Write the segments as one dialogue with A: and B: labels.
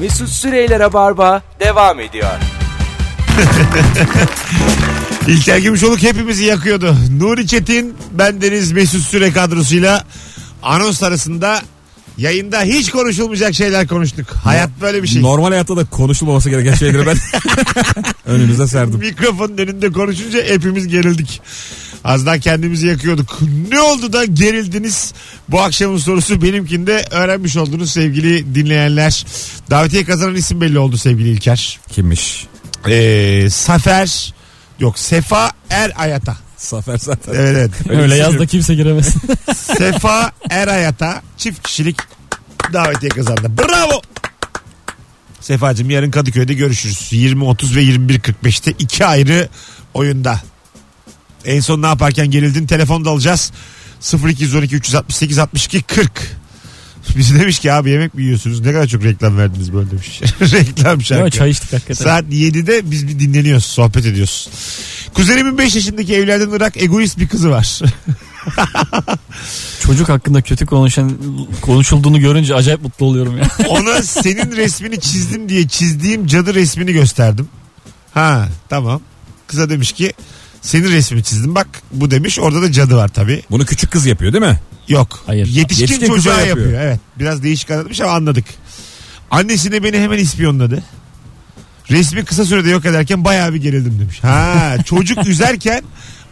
A: Mesut Süreyler'e barba devam ediyor.
B: İlker Gümüşoluk hepimizi yakıyordu. Nuri Çetin, bendeniz Mesut Süre kadrosuyla anons arasında yayında hiç konuşulmayacak şeyler konuştuk. Hayat böyle bir şey.
C: Normal hayatta da konuşulmaması gereken şeyleri ben önümüze serdim.
B: Mikrofonun önünde konuşunca hepimiz gerildik. Az daha kendimizi yakıyorduk. Ne oldu da gerildiniz? Bu akşamın sorusu benimkinde öğrenmiş oldunuz sevgili dinleyenler. Davetiye kazanan isim belli oldu sevgili İlker.
C: Kimmiş?
B: Ee, Safer yok Sefa Er Ayata.
C: Safer zaten.
B: Evet evet.
D: Öyle yaz da kimse giremesin.
B: Sefa Erayat'a çift kişilik davetiye kazandı. Bravo. Sefacığım yarın Kadıköy'de görüşürüz. 20.30 ve 21.45'te iki ayrı oyunda. En son ne yaparken gerildin telefon da alacağız. 0212 368 62 40. Bizi demiş ki abi yemek mi yiyorsunuz? Ne kadar çok reklam verdiniz böyle demiş. reklam şarkı.
D: Ama çay içtik hakikaten.
B: Saat 7'de biz bir dinleniyoruz, sohbet ediyoruz. Kuzenimin 5 yaşındaki evlerden ırak egoist bir kızı var.
D: Çocuk hakkında kötü konuşan konuşulduğunu görünce acayip mutlu oluyorum ya.
B: Ona senin resmini çizdim diye çizdiğim cadı resmini gösterdim. Ha tamam. Kıza demiş ki senin resmini çizdim bak bu demiş orada da cadı var tabi.
C: Bunu küçük kız yapıyor değil mi?
B: Yok.
D: Hayır.
B: Yetişkin,
C: Yetişkin
B: çocuğa
C: kıza
B: yapıyor.
C: yapıyor.
B: Evet biraz değişik anlatmış ama anladık. Annesine beni hemen ispiyonladı. Resmi kısa sürede yok ederken bayağı bir gerildim demiş. Ha çocuk üzerken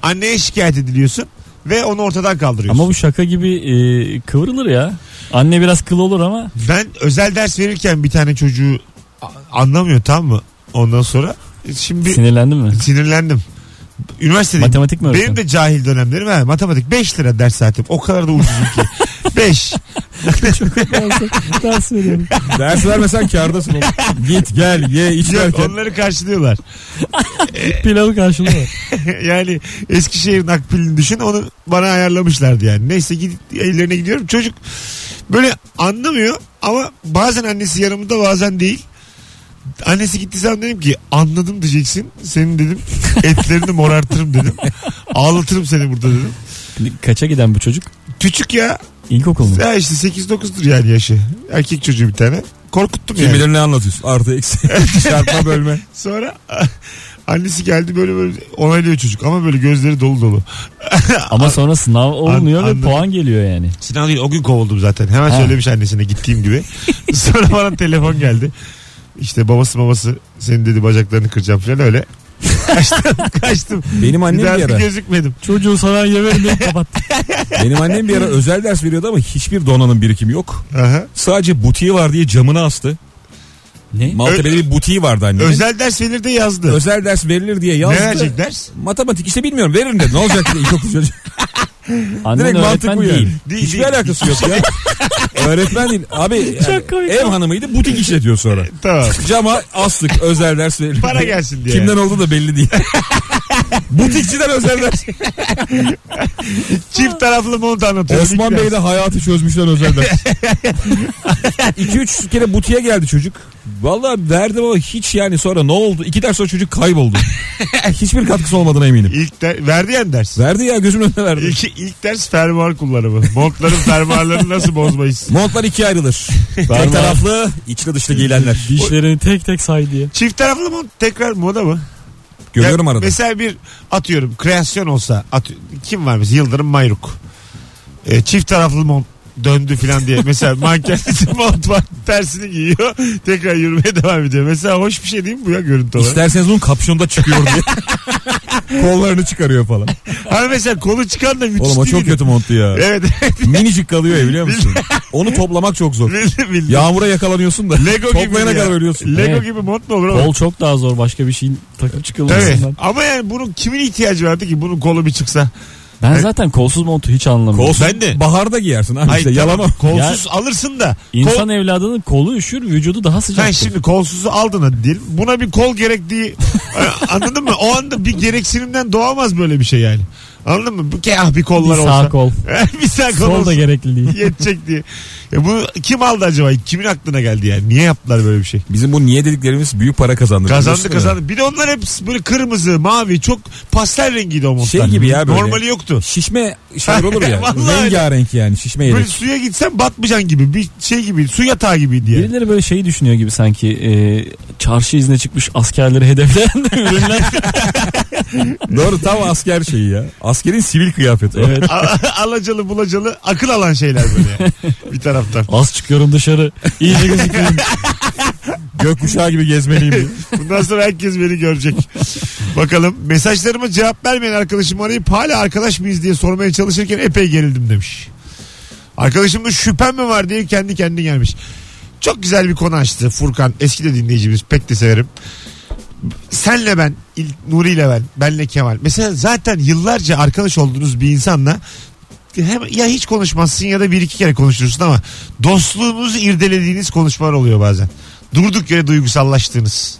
B: anneye şikayet ediliyorsun ve onu ortadan kaldırıyorsun.
D: Ama bu şaka gibi e, kıvrılır ya. Anne biraz kıl olur ama
B: Ben özel ders verirken bir tane çocuğu a- anlamıyor tamam mı? Ondan sonra şimdi
D: sinirlendin mi?
B: sinirlendim. Üniversitede
D: Matematik mi
B: benim
D: öğretmen?
B: de cahil dönemlerim ha matematik 5 lira ders saatim. O kadar da ucuzum ki. 5.
D: Ders veriyorum.
C: Ders vermesen kârdasın oğlum. Git gel ye iç
B: Yok
C: derken.
B: onları karşılıyorlar.
D: Pilavı karşılığı var.
B: yani Eskişehir'in akbilini düşün onu bana ayarlamışlardı yani. Neyse gidip ellerine gidiyorum. Çocuk böyle anlamıyor ama bazen annesi yanımda bazen değil. Annesi gitti zaman dedim ki anladım diyeceksin. Senin dedim etlerini morartırım dedim. Ağlatırım seni burada dedim.
D: Kaça giden bu çocuk?
B: Küçük ya.
D: İlkokul mu?
B: Ya işte 8-9'dur yani yaşı. Erkek çocuğu bir tane. Korkuttum
C: Kim
B: yani.
C: bilir ne anlatıyorsun? Artı eksi. Çarpma bölme.
B: Sonra annesi geldi böyle böyle onaylıyor çocuk ama böyle gözleri dolu dolu.
D: Ama sonra sınav olmuyor
B: anladım.
D: ve puan geliyor yani.
B: Sinan değil o gün kovuldum zaten. Hemen
D: Ha.
B: söylemiş annesine gittiğim gibi. Sonra bana telefon geldi. İşte babası babası senin dedi bacaklarını kıracağım falan öyle. kaçtım kaçtım.
C: Benim
B: Bir daha
C: annem bir
B: bir
C: ara.
B: gözükmedim.
D: Çocuğu sana yemedim diye kapattı.
C: Benim annem bir ara özel ders veriyordu ama hiçbir donanım birikimi yok.
B: Aha.
C: Sadece butiği var diye camını astı.
D: ne?
C: Maltepe'de bir butiği vardı annemin. Özel,
B: Özel ders verir de yazdı.
C: ders verilir diye
B: ne
C: yazdı.
B: verecek ders?
C: Matematik işte bilmiyorum verin dedi. Ne olacak diye ilkokul çocuğu.
D: Annen
C: Direkt mantık
D: öğretmen
C: bu yani.
D: değil.
B: Değil,
C: Hiçbir
B: değil.
C: alakası yok ya. öğretmen değil. Abi yani
D: Çok komik
C: ev
D: ama.
C: hanımıydı butik işletiyor sonra.
B: Tamam.
C: Cama astık özel ders verildi.
B: Para gelsin diye.
C: Kimden oldu da belli değil. Butikçiden özel ders.
B: Çift taraflı mont anlatıyor.
C: Osman
B: İlk
C: Bey de hayatı çözmüşler özel ders. 2-3 kere butiğe geldi çocuk. Vallahi verdim ama hiç yani sonra ne oldu? İki ders sonra çocuk kayboldu. Hiçbir katkısı olmadığına eminim.
B: İlk der, verdi yani ders.
C: Verdi ya gözümün önüne verdi.
B: İlk, ilk ders fermuar kullanımı. Montların fermuarlarını nasıl bozmayız?
C: Montlar ikiye ayrılır.
D: Parmağı- şey-
C: Tek taraflı içli dışlı giyilenler.
D: Dişlerini tek tek say diye.
B: Çift taraflı mont tekrar moda mı?
C: Görüyorum
B: Ya
C: arada.
B: Mesela bir atıyorum kreasyon olsa atı- kim var mesela Yıldırım Mayruk. Ee, çift taraflı mont döndü filan diye. Mesela mankensi mont var tersini giyiyor. Tekrar yürümeye devam ediyor. Mesela hoş bir şey değil mi bu ya görüntü olarak?
C: İsterseniz bunun kapşonda çıkıyor diye. Kollarını çıkarıyor falan.
B: Hani mesela kolu çıkan da müthiş
C: Oğlum o çok
B: değil mi?
C: kötü monttu ya.
B: Evet evet.
C: Minicik kalıyor ya biliyor musun? Onu toplamak çok zor.
B: bildim bildim.
C: Yağmura yakalanıyorsun da.
B: Lego gibi
C: toplayana
B: ya.
C: kadar ölüyorsun.
B: Lego
D: Evet.
B: gibi mont mu olur oğlum?
D: Kol çok daha zor başka bir şeyin takıp
B: Tabii.
D: çıkılmasından.
B: Ama yani bunun kimin ihtiyacı vardı ki bunun kolu bir çıksa?
D: Ben zaten kolsuz montu hiç anlamıyorum.
C: Kolsuz
B: Ben de.
C: baharda giyersin abi
B: Ay,
C: işte
B: tamam,
C: yalama.
B: Kolsuz alırsın da. Kol-
D: İnsan evladının kolu üşür, vücudu daha
B: Ben
D: sıcak.
B: şimdi kolsuzu aldın hadi diyelim. Buna bir kol gerektiği e, anladın mı? O anda bir gereksinimden doğamaz böyle bir şey yani. Anladın mı? Bu ke ah bir kollar
D: Bir
B: olsa.
D: sağ kol.
B: bir sağ kol
D: Sol da
B: olsa
D: gerekli değil.
B: yetecek diye. Ya bu kim aldı acaba? Kimin aklına geldi yani? Niye yaptılar böyle bir şey?
C: Bizim bu niye dediklerimiz büyük para kazandı.
B: Kazandı
C: biliyorsun
B: kazandı. Bir de onlar hep böyle kırmızı, mavi çok pastel rengiydi o montlar.
C: Şey gibi ya böyle.
B: Normali yoktu.
C: ya. Şişme şeyler olur ya.
B: Vallahi
C: rengarenk yani şişme
D: Şey
B: Böyle
C: yelek.
B: suya gitsen batmayacaksın gibi. Bir şey gibi. Su yatağı gibiydi yani.
D: Birileri böyle şeyi düşünüyor gibi sanki e, çarşı izne çıkmış askerleri hedefleyen ürünler.
C: Doğru tam asker şeyi ya. Askerin sivil kıyafeti.
D: evet.
B: A- Alacalı bulacalı akıl alan şeyler böyle. yani. bir taraftan.
D: Az çıkıyorum dışarı. İyice gözüküyorum.
C: Gökkuşağı gibi gezmeliyim. diye.
B: Bundan sonra herkes beni görecek. Bakalım mesajlarıma cevap vermeyen arkadaşım arayıp hala arkadaş mıyız diye sormaya çalışırken epey gerildim demiş. Arkadaşımın şüphem mi var diye kendi kendine gelmiş. Çok güzel bir konu açtı Furkan. Eski de dinleyicimiz pek de severim. Senle ben, İl- Nuri ile ben, benle Kemal. Mesela zaten yıllarca arkadaş olduğunuz bir insanla hem, ya hiç konuşmazsın ya da bir iki kere konuşursun ama dostluğunuzu irdelediğiniz konuşmalar oluyor bazen. Durduk yere duygusallaştığınız.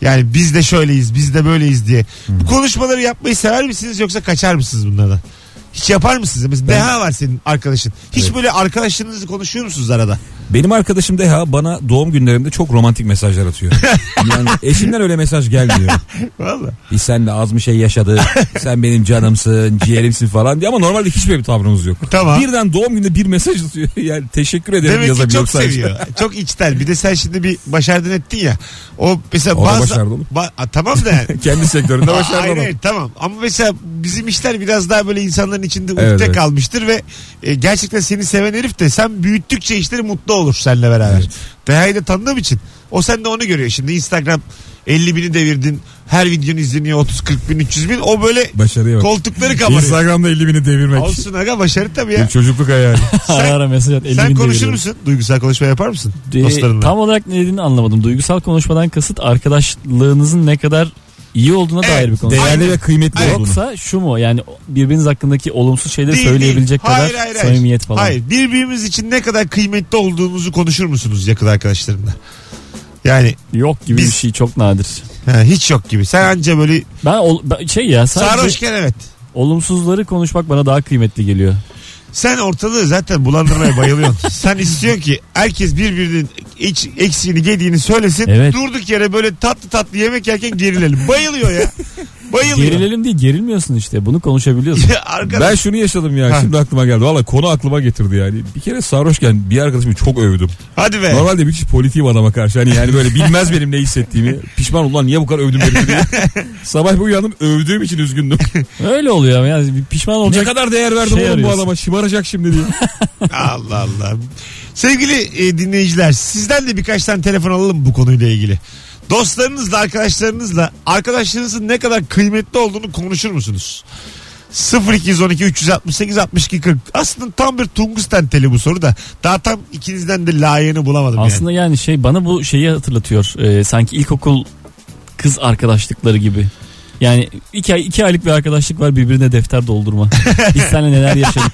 B: Yani biz de şöyleyiz, biz de böyleyiz diye.
C: Hmm.
B: Bu konuşmaları yapmayı sever misiniz yoksa kaçar mısınız bunlardan? Hiç yapar mısınız? Mesela Deha var senin arkadaşın. Hiç böyle arkadaşlarınızı konuşuyor musunuz arada?
C: Benim arkadaşım Deha bana doğum günlerimde çok romantik mesajlar atıyor. Yani eşimden öyle mesaj gelmiyor.
B: Valla.
C: Biz senle az bir şey yaşadı. Sen benim canımsın, ciğerimsin falan diye ama normalde hiçbir bir tavrımız yok.
B: Tamam.
C: Birden doğum günde bir mesaj atıyor. Yani teşekkür ederim
B: Demek ki
C: yazabiliyor
B: çok
C: sadece.
B: seviyor. çok içten. Bir de sen şimdi bir başardın ettin ya. O mesela
C: O da
B: bazı...
C: başardı oğlum.
B: Ba- Aa, tamam da yani.
C: Kendi sektöründe
B: Aa,
C: başarılı
B: hayır,
C: adam.
B: hayır, tamam ama mesela bizim işler biraz daha böyle insanların içinde ukde
C: Evet, evet.
B: kalmıştır ve e, gerçekten seni seven herif de sen büyüttükçe işleri mutlu olur seninle beraber.
C: Evet.
B: Deha'yı da tanıdığım için o sen de onu görüyor şimdi Instagram 50 bini devirdin her videon izleniyor 30 40 bin 300 bin o böyle
C: Başarıya bak.
B: koltukları kabarıyor.
C: Instagram'da 50 bini devirmek.
B: Olsun aga başarı tabii ya.
C: Bir çocukluk hayali.
D: ara ara mesaj at.
B: Sen konuşur musun? Duygusal konuşma yapar mısın? dostlarınla.
D: E, tam olarak ne dediğini anlamadım. Duygusal konuşmadan kasıt arkadaşlığınızın ne kadar iyi olduğuna
B: Evet,
D: dair bir konu.
C: Değerli
B: Aynen.
C: ve kıymetli
B: Aynen.
C: olduğunu.
D: Yoksa şu mu yani birbiriniz hakkındaki olumsuz şeyleri
B: Değil,
D: söyleyebilecek
B: değil. Hayır,
D: kadar
B: hayır, hayır.
D: samimiyet falan.
B: Hayır birbirimiz için ne kadar kıymetli olduğumuzu konuşur musunuz yakın arkadaşlarınla? Yani
D: Yok gibi
B: Biz-
D: bir şey çok nadir.
B: ha, hiç yok gibi. Sen anca böyle
D: Ben, ol- ben- şey ya sadece
B: sarhoşken evet.
D: olumsuzları konuşmak bana daha kıymetli geliyor.
B: Sen ortalığı zaten bulandırmaya bayılıyorsun. Sen istiyorsun ki herkes birbirinin iç, eksiğini gediğini söylesin.
D: Evet.
B: Durduk yere böyle tatlı tatlı yemek yerken gerilelim. Bayılıyor ya. Bayılıyor.
D: Gerilelim değil gerilmiyorsun işte bunu konuşabiliyorsun.
B: Ya arkadaş,
C: Ben şunu yaşadım ya
B: Ha.
C: şimdi aklıma geldi. Valla konu aklıma getirdi yani. Bir kere sarhoşken bir arkadaşımı çok övdüm.
B: Hadi be.
C: Normalde bir kişi politiğim adama karşı. Hani yani böyle bilmez benim ne hissettiğimi. Pişman ulan niye bu kadar övdüm herifi diye. Sabah bir uyandım övdüğüm için üzgündüm.
D: Öyle oluyor ama yani bir pişman
C: ne
D: olacak.
C: kadar değer verdim
D: Şey
C: oğlum bu
D: arıyorsun.
C: adama şımaracak şimdi diye.
B: Allah Allah. Sevgili e, dinleyiciler sizden de birkaç tane telefon alalım bu konuyla ilgili. Dostlarınızla arkadaşlarınızla arkadaşlarınızın ne kadar kıymetli olduğunu konuşur musunuz? 0212 368 62 40 Aslında tam bir tungsten teli bu soru da daha tam ikinizden de layığını bulamadım
D: Aslında yani şey bana bu şeyi hatırlatıyor. Ee, sanki ilkokul kız arkadaşlıkları gibi. Yani iki, ay, iki aylık bir arkadaşlık var birbirine defter doldurma. Biz seninle neler yaşadık.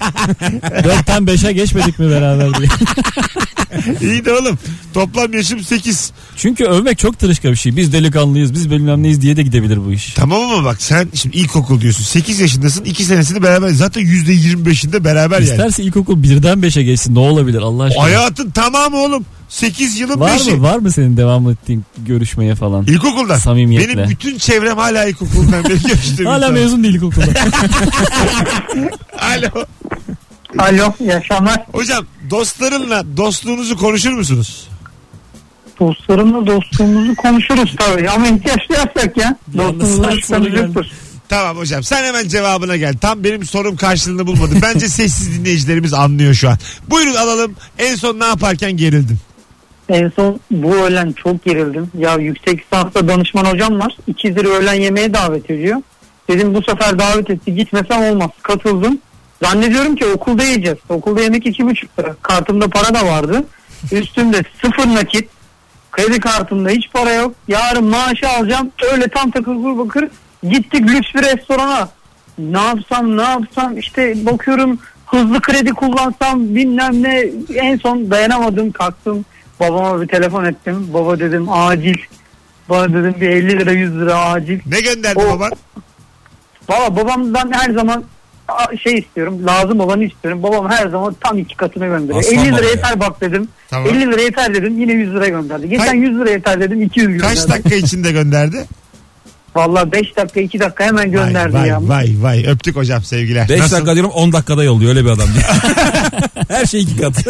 D: Dörtten beşe geçmedik mi beraber diye.
B: yani. İyi de oğlum toplam yaşım 8
D: Çünkü övmek çok tırışka bir şey. Biz delikanlıyız biz bilmem neyiz diye de gidebilir bu iş.
B: tamam ama bak sen şimdi ilkokul diyorsun 8 yaşındasın 2 senesini beraber zaten %25'inde beraber yani.
D: İsterse ilkokul birden beşe geçsin ne olabilir Allah aşkına.
B: Hayatın tamamı oğlum 8 yılın
D: var
B: 5'i.
D: mı var mı senin devam ettiğin görüşmeye falan?
B: İlkokuldan.
D: Samimiyetle.
B: Benim bütün çevrem hala ilkokuldan beri görüştüğüm
D: Hala
B: insan.
D: mezun değil ilkokulda.
B: Alo.
E: Alo iyi akşamlar.
B: Hocam dostlarınla dostluğunuzu konuşur musunuz?
E: Dostlarımla dostluğumuzu konuşuruz tabii. Ama ihtiyaç duyarsak ya.
D: Yalnız
E: Dostluğumuzdan
D: saat sonra
E: şüphemiz
D: geldi.
E: yoktur.
B: Tamam hocam sen hemen cevabına gel. Tam benim sorum karşılığını bulmadı. Bence sessiz dinleyicilerimiz anlıyor şu an. Buyurun alalım. En son ne yaparken gerildin?
E: En son bu öğlen çok gerildim. Ya yüksek lisansta danışman hocam var. İki lira öğlen yemeğe davet ediyor. Dedim bu sefer davet etti gitmesem olmaz. Katıldım. Zannediyorum ki okulda yiyeceğiz. Okulda yemek iki buçuk lira. Kartımda para da vardı. Üstümde sıfır nakit. Kredi kartımda hiç para yok. Yarın maaşı alacağım. Öyle tam takır bakır. Gittik lüks bir restorana. Ne yapsam ne yapsam işte bakıyorum hızlı kredi kullansam bilmem ne. En son dayanamadım kalktım. Babama bir telefon ettim. Baba dedim acil. Bana dedim bir 50 lira 100 lira acil.
B: Ne gönderdi
E: O-
B: baban?
E: Valla babamdan her zaman a- şey istiyorum. Lazım olanı istiyorum. Babam her zaman tam iki katını gönderiyor.
C: Aslan
E: 50
C: baba
E: lira
C: ya.
E: yeter bak dedim.
B: Tamam.
E: 50 lira yeter dedim. Yine 100 lira gönderdi. Geçen
B: Kaç-
E: 100 lira yeter dedim. 200 gönderdi.
B: Kaç dakika içinde gönderdi?
E: Valla 5 dakika 2 dakika hemen gönderdi
B: vay,
E: ya.
B: vay, vay vay öptük hocam sevgiler.
C: 5
B: Nasıl?
C: dakika diyorum 10 dakikada yolluyor öyle bir adam. Her şey iki kat.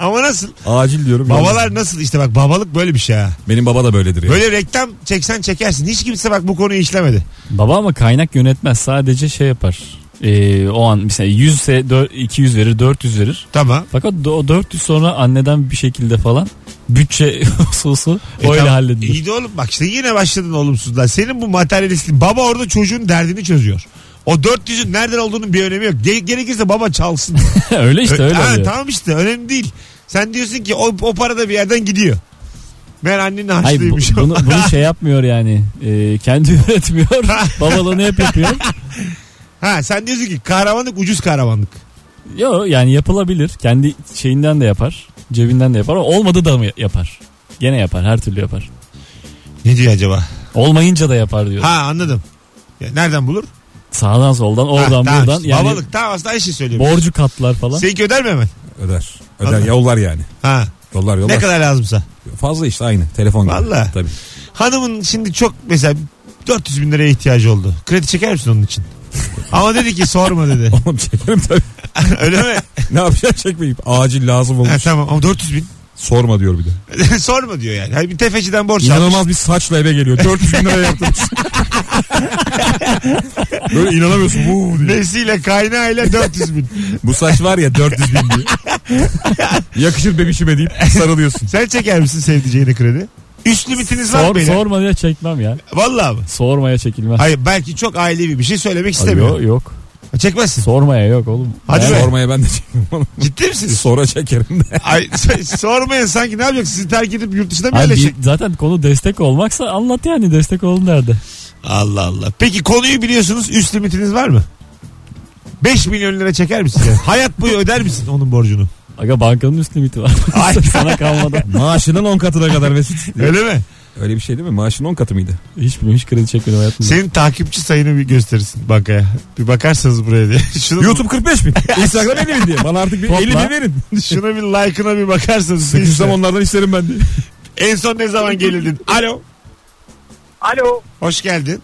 B: Ama nasıl?
C: Acil diyorum.
B: Babalar nasıl işte bak babalık böyle bir şey ha.
C: Benim baba da böyledir ya.
B: Böyle reklam çeksen çekersin. Hiç kimse bak bu konuyu işlemedi.
D: Baba ama kaynak yönetmez sadece şey yapar. Ee, o an mesela 100 ise dö- 200 verir 400 verir.
B: Tamam.
D: Fakat do- o 400 sonra anneden bir şekilde falan bütçe hususu
B: E
D: öyle
B: tamam.
D: halledilir.
B: İyi de oğlum bak işte yine başladın olumsuzlar. Senin bu materyalistliğin baba orada çocuğun derdini çözüyor. O 400'ün nereden olduğunun bir önemi yok. Ge- gerekirse baba çalsın.
D: öyle işte öyle
B: Ha,
D: oluyor.
B: tamam işte önemli değil. Sen diyorsun ki o, o para da bir yerden gidiyor. Ben annenin
D: Hayır, bu-
B: harçlıymış.
D: bunu, bunu şey yapmıyor yani. Ee, kendi üretmiyor. Babalığını hep yapıyor.
B: ha, sen diyorsun ki kahramanlık ucuz kahramanlık.
D: Yo yani yapılabilir. Kendi şeyinden de yapar. Cebinden de yapar. Ama Olmadı da mı yapar? Gene yapar. Her türlü yapar.
B: Ne diyor acaba?
D: Olmayınca da yapar diyor.
B: Ha anladım. Ya, nereden bulur?
D: Sağdan soldan
B: Ha,
D: oradan
B: tamam
D: buradan.
B: işte.
D: yani
B: Babalık tamam aslında aynı şey söylüyorum.
D: borcu katlar falan.
B: Seninki öder mi hemen?
C: Öder. Öder
B: Anladım.
C: yollar yani.
B: Ha.
C: Yollar yollar.
B: Ne kadar lazımsa.
C: Fazla işte aynı. Telefon gibi.
B: Vallahi.
C: Tabii.
B: Hanımın şimdi çok mesela 400 bin liraya ihtiyacı oldu. Kredi çeker misin onun için? Ama dedi ki sorma dedi.
C: Oğlum çekerim tabii.
B: Öyle mi?
C: ne yapacağım çekmeyip. Acil lazım
B: ha,
C: olmuş.
B: tamam ama 400 bin.
C: Sorma diyor bir de.
B: sorma diyor yani. Hani bir tefeciden borç almış.
C: İnanılmaz bir saçla eve geliyor. 400 bin liraya yaptırmış. Böyle inanamıyorsun. Vuu diye.
B: Nesiyle kaynağıyla 400 bin.
C: Bu saç var ya 400 bin diye. Yakışır bebişime deyip sarılıyorsun.
B: Sen çeker misin sevdiceğine kredi? Üst limitiniz var mı
D: Sor,
B: beyler?
D: sormaya çekmem ya.
B: Vallahi mı?
D: Sormaya çekilmez.
B: Hayır belki çok ailevi bir şey söylemek
D: Yok
B: istemiyor.
D: yok.
B: Çekmezsin.
D: Sormaya yok oğlum.
B: Hadi
D: Yani
B: be.
C: Sormaya ben de çekmem oğlum.
B: Ciddi misiniz?
C: Sonra çekerim de.
B: Ay, sormayın sanki ne yapacak? Sizi terk edip yurt dışına mı
D: Abi bir-
B: yerleşecek?
D: zaten konu destek olmaksa anlat yani destek olun nerede?
B: Allah Allah. Peki konuyu biliyorsunuz üst limitiniz var mı? 5 milyon lira çeker misin? yani? Hayat boyu öder misin onun borcunu?
D: Aga bankanın üst limiti var.
B: Ay.
D: Sana kalmadan.
C: Maaşının 10 katına kadar Mesut.
B: Öyle mi?
C: Öyle bir şey değil mi? Maaşın 10 katı mıydı?
D: Hiç bilmiyorum hiç kredi çekmedim hayatımda.
B: Senin takipçi sayını bir gösterirsin bankaya. Bir bakarsanız buraya diye. Şunu,
C: YouTube 45 bin. Instagram 50 bin diye. Bana artık bir
D: Topla.
C: 50 bin verin.
B: şuna bir like'ına bir bakarsanız.
C: Sıkışsam onlardan isterim ben diye.
B: En son ne zaman gerildin? Alo.
F: Alo.
B: Hoş geldin.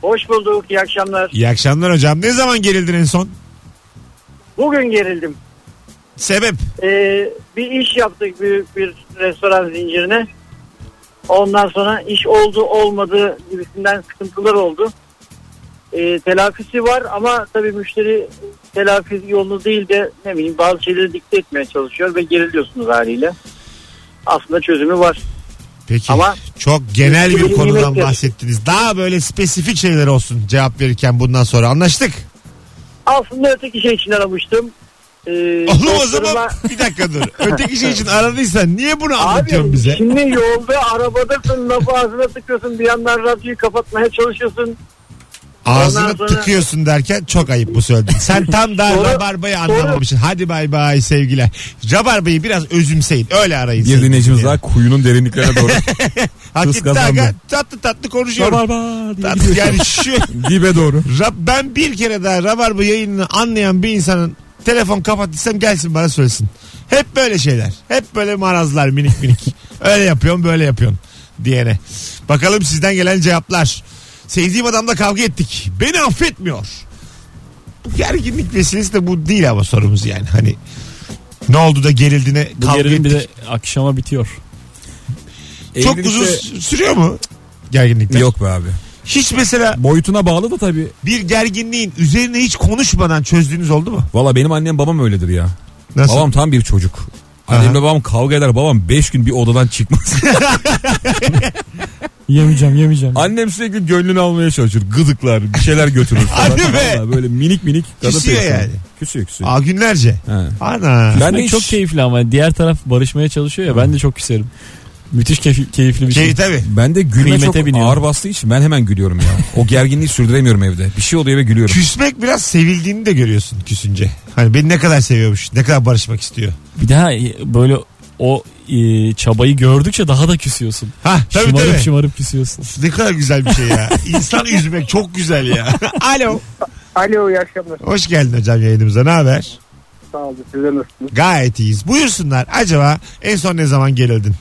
F: Hoş bulduk. iyi akşamlar.
B: İyi akşamlar hocam. Ne zaman gerildin en son?
F: Bugün gerildim.
B: Sebep.
F: Ee, bir iş yaptık büyük bir restoran zincirine. Ondan sonra iş oldu olmadı gibisinden sıkıntılar oldu. Ee, telafisi var ama tabii müşteri telafi yolunu değil de ne bileyim bazı şeyleri dikte etmeye çalışıyor ve geriliyorsunuz haliyle. Aslında çözümü var.
B: Peki.
F: Ama
B: Çok genel bir
F: Yemek
B: konudan
F: yok.
B: bahsettiniz. Daha böyle spesifik şeyler olsun cevap verirken bundan sonra. Anlaştık.
F: aslında öteki şey için aramıştım. Ee,
B: Oğlum o zaman
F: dostlarıma-
B: bir dakika dur. Öteki şey için aradıysan niye bunu anlatıyorsun
F: Abi
B: bize?
F: şimdi yolda arabadasın lafı ağzına tıkıyorsun bir yandan radyoyu kapatmaya çalışıyorsun.
B: Ağzını
F: sonra-
B: tıkıyorsun derken çok ayıp bu söylediğin. Sen tam daha
F: Sonra-
B: rabarbayı anlamamışsın. Hadi bay bay sevgiler. Rabarbayı biraz özümseyin. Öyle arayın.
C: Bir
B: sevgili
C: dinleyicimiz daha
B: dinleyen.
C: kuyunun derinliklerine doğru.
B: Hak
C: kız
B: etti
C: kazandı.
B: aga. tatlı tatlı konuşuyorum.
D: Rabarba diye
B: Tatlı, yani şu
C: Dibe doğru.
B: Rab, ben bir kere daha Rabarba yayınını anlayan bir insanın telefon kapattıysam gelsin bana söylesin. Hep böyle şeyler. Hep böyle marazlar minik minik. Öyle yapıyorsun böyle yapıyorsun diyene. Bakalım sizden gelen cevaplar. Sevdiğim adamla kavga ettik. Beni affetmiyor. Bu gerginlik meselesi de bu değil ama sorumuz yani. Hani ne oldu da gerildiğine
D: Bu
B: kavga
D: gerilim
B: ettik.
D: bir de akşama bitiyor.
B: Çok
C: Evlilikte-
B: uzun s- sürüyor mu gerginlikler?
C: Yok be abi.
B: Hiç mesela
C: Boyutuna bağlı da tabii.
B: bir gerginliğin üzerine hiç konuşmadan çözdüğünüz oldu mu?
C: Valla benim annem babam öyledir ya.
B: Nasıl?
C: Babam tam bir çocuk.
B: Aha.
C: Annemle babam kavga eder. Babam 5 gün bir odadan çıkmaz.
D: Yemeyeceğim yemeyeceğim.
C: Annem sürekli gönlünü almaya çalışır. Gıdıklar, bir şeyler götürür falan.
B: Hadi be.
C: Vallahi böyle minik minik. gaza
B: Küsüyor
C: peyson.
B: yani.
C: Küsüyor küsüyor.
B: Aa günlerce.
C: He.
B: Ana.
C: Ben de
D: Ay, çok
C: çok
B: şey-
C: keyif.
D: keyifli ama diğer taraf barışmaya çalışıyor ya ben de çok küserim. Müthiş keyif- keyifli bir şey.
B: Şey tabii.
C: Ben de gülme
D: Kıymete
C: çok
D: biniyorum.
C: ağır bastığı için ben hemen gülüyorum ya. O gerginliği sürdüremiyorum evde. Bir şey oluyor ve gülüyorum.
B: Küsmek biraz sevildiğini de görüyorsun küsünce. Hani beni ne kadar seviyormuş, ne kadar barışmak istiyor.
D: Bir daha e, böyle o e, çabayı gördükçe daha da küsüyorsun.
B: Ha tabii
D: şımarıp
B: tabii.
D: şımarıp küsüyorsun.
B: Ne kadar güzel bir şey ya. İnsan üzmek çok güzel ya. Alo.
G: Alo iyi akşamlar.
B: Hoş geldin hocam yayınımıza. Ne haber?
G: Sağ olun. Sizler nasılsınız?
B: Gayet iyiyiz. Buyursunlar. Acaba en son ne zaman gerildin?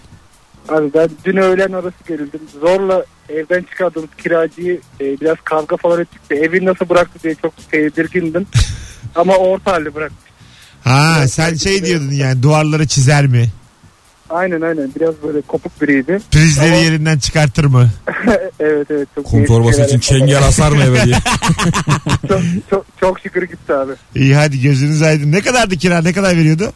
G: Abi ben dün öğlen arası gerildim. Zorla evden çıkardığımız kiracıyı e, biraz kavga falan ettik de evi nasıl bıraktı diye çok tedirgindim. Ama orta halde bıraktı.
B: Ha sen şey diyordun yani duvarları çizer mi?
G: Aynen aynen biraz böyle kopuk biriydi.
B: Prizleri
G: Tamam.
B: yerinden çıkartır mı?
G: evet evet. Çok
C: Kum
G: iyi
C: torbası
G: şeyler
C: için
G: yaptı.
C: çengel asar mı eve diye.
G: Çok, çok, çok şükür gitti abi.
B: İyi hadi gözünüz aydın. Ne kadardı kira ne kadar veriyordu?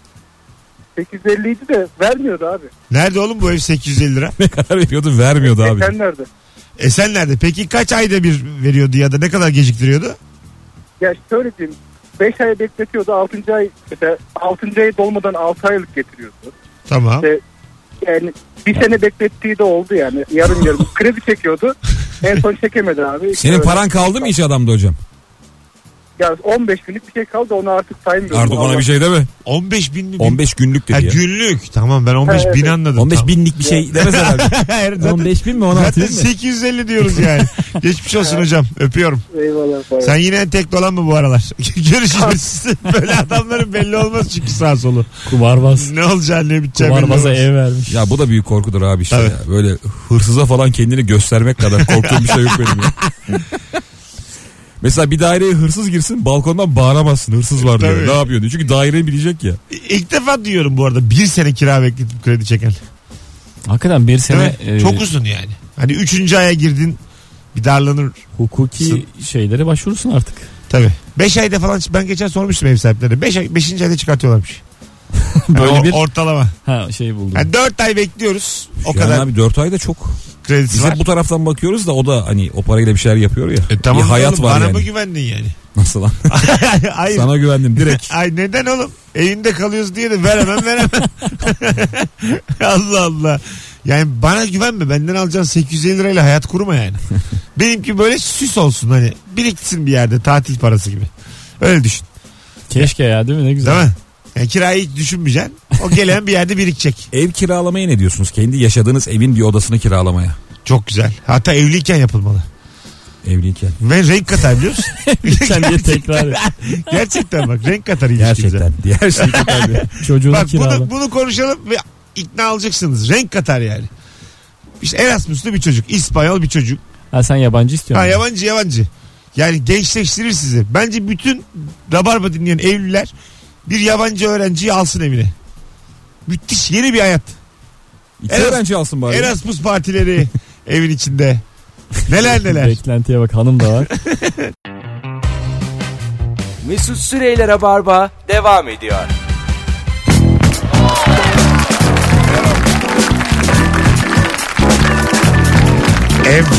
G: 850 idi de vermiyordu abi.
B: Nerede oğlum bu ev 850 lira?
C: ne kadar veriyordu vermiyordu abi.
G: Geçenlerde.
B: Esenler'de. E Peki kaç ayda bir veriyordu ya da ne kadar geciktiriyordu?
G: Ya şöyle diyeyim. 5 ay bekletiyordu. 6. ay mesela 6. ay dolmadan 6 aylık getiriyordu.
B: Tamam.
G: Yani bir sene beklettiği de oldu yani. Yarım yarım kredi çekiyordu. En son çekemedi abi. İşte
C: Senin
G: öyle.
C: paran kaldı mı hiç adamda hocam?
G: Ya 15 günlük bir şey kaldı onu artık saymıyorum.
C: Artık ona
G: Allah.
C: bir şey deme.
B: 15 bin mi?
C: 15 günlük
B: Ha,
C: dedi ya.
B: günlük. Tamam ben 15 bin
G: Evet.
B: anladım.
C: 15
B: tamam.
C: binlik bir şey demez herhalde.
B: Hayır, zaten,
D: 15 bin mi
B: zaten şey-
D: 16 bin mi?
B: 850 diyoruz yani. Geçmiş olsun hocam. Öpüyorum.
C: şey-
G: Eyvallah. bay bay.
B: Sen yine en tek dolan mı bu aralar? Görüşürüz. Böyle adamların belli olmaz çünkü sağ solu.
D: Kumarbaz.
B: Ne olacağı ne biteceği belli olmaz.
D: Kumarbaza ev vermiş.
C: Ya bu da büyük korkudur abi işte
B: Tabii.
C: ya. Böyle hırsıza falan kendini göstermek kadar korktuğum bir şey yok benim ya. Mesela bir daireye hırsız girsin balkondan bağıramazsın hırsız var diyor.
B: Tabii.
C: Ne yapıyor diyor. Çünkü daireyi bilecek ya.
B: İlk defa duyuyorum bu arada. Bir sene kira bekletip kredi çeken.
D: Hakikaten bir
B: Değil
D: sene
B: mi? Ee,
D: e,
B: Çok uzun yani. Hani üçüncü aya girdin bir darlanır.
D: hukuki şeylere başvurursun artık.
B: Tabii. Beş ayda falan ben geçen sormuştum ev sahiplerine. Beş ay, beşinci ayda çıkartıyorlarmış.
D: Böyle
B: Yani
D: bir-
B: Ortalama.
D: Ha şey buldum.
B: Yani dört ay bekliyoruz. O
C: yani
B: kadar
C: abi 4 ayda çok.
B: kredisi
C: Biz
B: var.
C: hep bu taraftan bakıyoruz da o da hani o parayla bir şeyler yapıyor ya.
B: E tamam
C: bir hayat
B: oğlum,
C: var
B: bana
C: yani.
B: mı güvendin yani?
C: Nasıl lan?
B: Hayır.
C: Sana güvendim direkt.
B: Ay neden oğlum? Evinde kalıyoruz diye de veremem veremem. Allah Allah. Yani bana güvenme benden alacağın 850 lirayla hayat kurma yani. Benimki böyle süs olsun hani biriksin bir yerde tatil parası gibi. Öyle düşün
D: Keşke ya değil mi ne güzel.
B: değil mi? Yani kirayı hiç düşünmeyeceksin. O gelen bir yerde birikecek.
C: Ev kiralamaya ne diyorsunuz? Kendi yaşadığınız evin bir odasını kiralamaya.
B: Çok güzel. Hatta evliyken yapılmalı.
C: Evliyken.
B: Ve renk katar biliyor musun?
D: Sen diye tekrar et.
B: Gerçekten bak renk katar ilişkimize.
C: Gerçekten. Diğer şey tabii.
D: çocuğunu
B: Bak
D: kirala.
B: bunu, bunu konuşalım ve ikna olacaksınız. Renk katar yani. İşte Erasmus'lu bir çocuk. İspanyol bir çocuk.
D: Ha sen yabancı istiyorsun.
B: Ha, yabancı yabancı. Yani gençleştirir sizi. Bence bütün Rabarba dinleyen evliler bir yabancı öğrenciyi alsın evine. Müthiş yeni bir hayat.
C: İki
B: Eras-
C: öğrenci alsın bari.
B: Erasmus partileri evin içinde. Neler neler.
D: Beklentiye bak hanım da var.
A: Mesut Süreyler'e barba devam ediyor.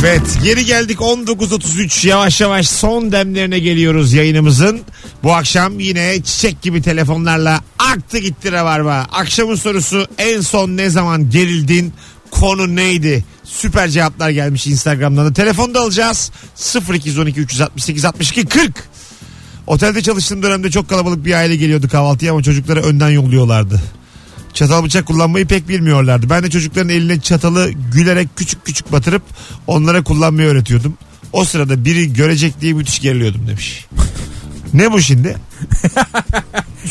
B: Evet geri geldik 19.33 yavaş yavaş son demlerine geliyoruz yayınımızın. Bu akşam yine çiçek gibi telefonlarla aktı gitti Rabarba. Akşamın sorusu en son ne zaman gerildin? Konu neydi? Süper cevaplar gelmiş Instagram'dan da. Telefonda alacağız 0212 368 62 40. Otelde çalıştığım dönemde çok kalabalık bir aile geliyordu kahvaltıya ama çocukları önden yolluyorlardı. Çatal bıçak kullanmayı pek bilmiyorlardı. Ben de çocukların eline çatalı gülerek küçük küçük batırıp onlara kullanmayı öğretiyordum. O sırada biri görecek diye müthiş geriliyordum demiş. ne bu şimdi?
C: Ne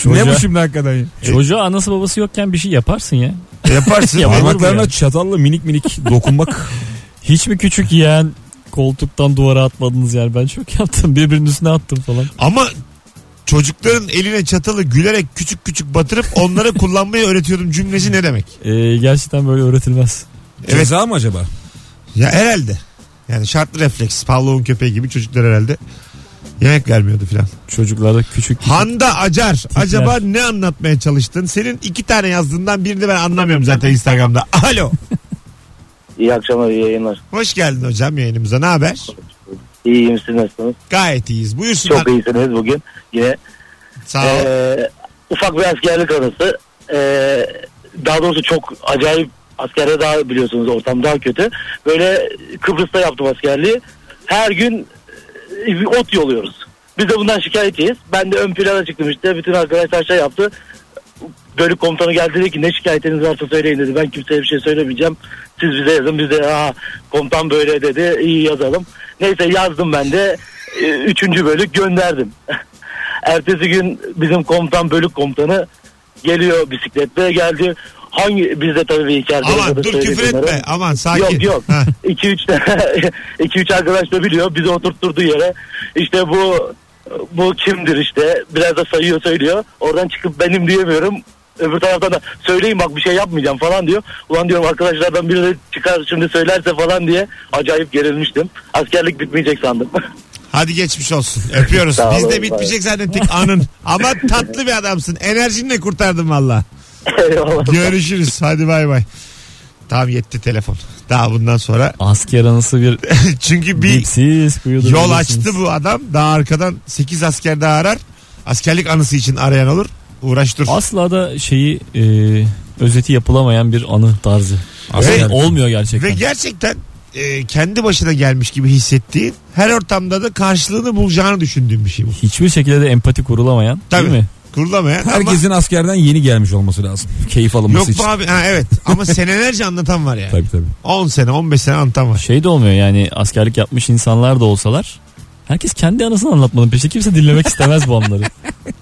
D: Çocuğa-
C: bu şimdi hakikaten? ya?
D: Çocuğa anası babası yokken bir şey yaparsın ya.
B: Yaparsın.
D: Ya
B: Ama-
D: bak-
C: Parmaklarına
D: yani.
C: çatalla minik minik dokunmak.
D: Hiç mi küçük yeğen koltuktan duvara atmadınız yani ben çok yaptım birbirinin üstüne attım falan.
B: Ama çocukların eline çatalı gülerek küçük küçük batırıp onlara kullanmayı öğretiyordum cümlesi ne demek?
D: Ee, gerçekten böyle öğretilmez.
B: Evet.
C: Ceza mı acaba?
B: Ya herhalde. Yani şartlı refleks. Pavlov'un köpeği gibi çocuklar herhalde yemek vermiyordu filan.
D: Çocuklarda küçük
B: Handa Acar acaba ne anlatmaya çalıştın? Senin iki tane yazdığından birini ben anlamıyorum zaten Instagram'da. Alo.
H: İyi akşamlar, iyi yayınlar.
B: Hoş geldin hocam yayınımıza. Ne haber?
H: İyiyim siz nasılsınız?
B: Gayet iyiyiz. Buyursunlar.
H: Çok iyisiniz bugün. Yine
B: Sağ ol.
H: Ee, ufak bir askerlik anısı. Ee, daha doğrusu çok acayip askerde daha biliyorsunuz ortam daha kötü. Böyle Kıbrıs'ta yaptım askerliği. Her gün e, bir ot yoluyoruz. Biz de bundan şikayetçiyiz. Ben de ön plana çıktım işte. Bütün arkadaşlar şey yaptı. Bölük komutanı geldi dedi ki ne şikayetiniz varsa söyleyin dedi. Ben kimseye bir şey söylemeyeceğim. Siz bize yazın. Biz de Aa, komutan böyle dedi. İyi yazalım. Neyse yazdım ben de. e, üçüncü bölük gönderdim. Ertesi gün bizim komutan bölük komutanı geliyor bisikletle geldi. Hangi biz de tabii içeride
B: Aman
H: orada
B: dur
H: söyledik
B: küfür etme.
H: bunları.
B: Aman sakin.
H: Yok yok.
B: Ha.
H: 2 3 2 3 arkadaş da biliyor. Bizi oturtturduğu yere işte bu bu kimdir işte biraz da sayıyor söylüyor. Oradan çıkıp benim diyemiyorum. Öbür taraftan da söyleyin bak bir şey yapmayacağım falan diyor. Ulan diyorum arkadaşlardan biri de çıkar şimdi söylerse falan diye acayip gerilmiştim. Askerlik bitmeyecek sandım.
B: Hadi geçmiş olsun. Öpüyoruz.
H: Sağ
B: Biz
H: olun,
B: de bitmeyecek zannettik anın. Ama tatlı bir adamsın. Enerjinle kurtardın valla.
H: Eyvallah.
B: Görüşürüz. Hadi bay bay. Tamam yetti telefon. Daha bundan sonra.
D: Asker anısı bir
B: Çünkü E, bir
D: dipsiz kuyudur.
B: yol
D: bilirsiniz.
B: açtı bu adam. Daha arkadan 8 asker daha arar. Askerlik anısı için arayan olur. Uğraş dur.
D: Asla da şeyi e, özeti yapılamayan bir anı tarzı.
B: Ve-
D: Aslında olmuyor gerçekten.
B: Ve gerçekten e, kendi başına gelmiş gibi hissettiğin her ortamda da karşılığını bulacağını düşündüğüm bir şey bu.
D: Hiçbir şekilde de empati kurulamayan
B: Tabii.
D: değil mi?
B: Kurulamayan ama
C: Herkesin askerden yeni gelmiş olması lazım. Keyif
B: yok
C: alınması
B: mu
C: için.
B: abi? Ha, evet ama senelerce anlatan var yani.
C: Tabii tabii.
B: 10 sene 15 sene anlatan var.
D: Şey de olmuyor yani askerlik yapmış insanlar da olsalar. Herkes kendi anasını anlatmanın peşinde kimse dinlemek istemez bu anları.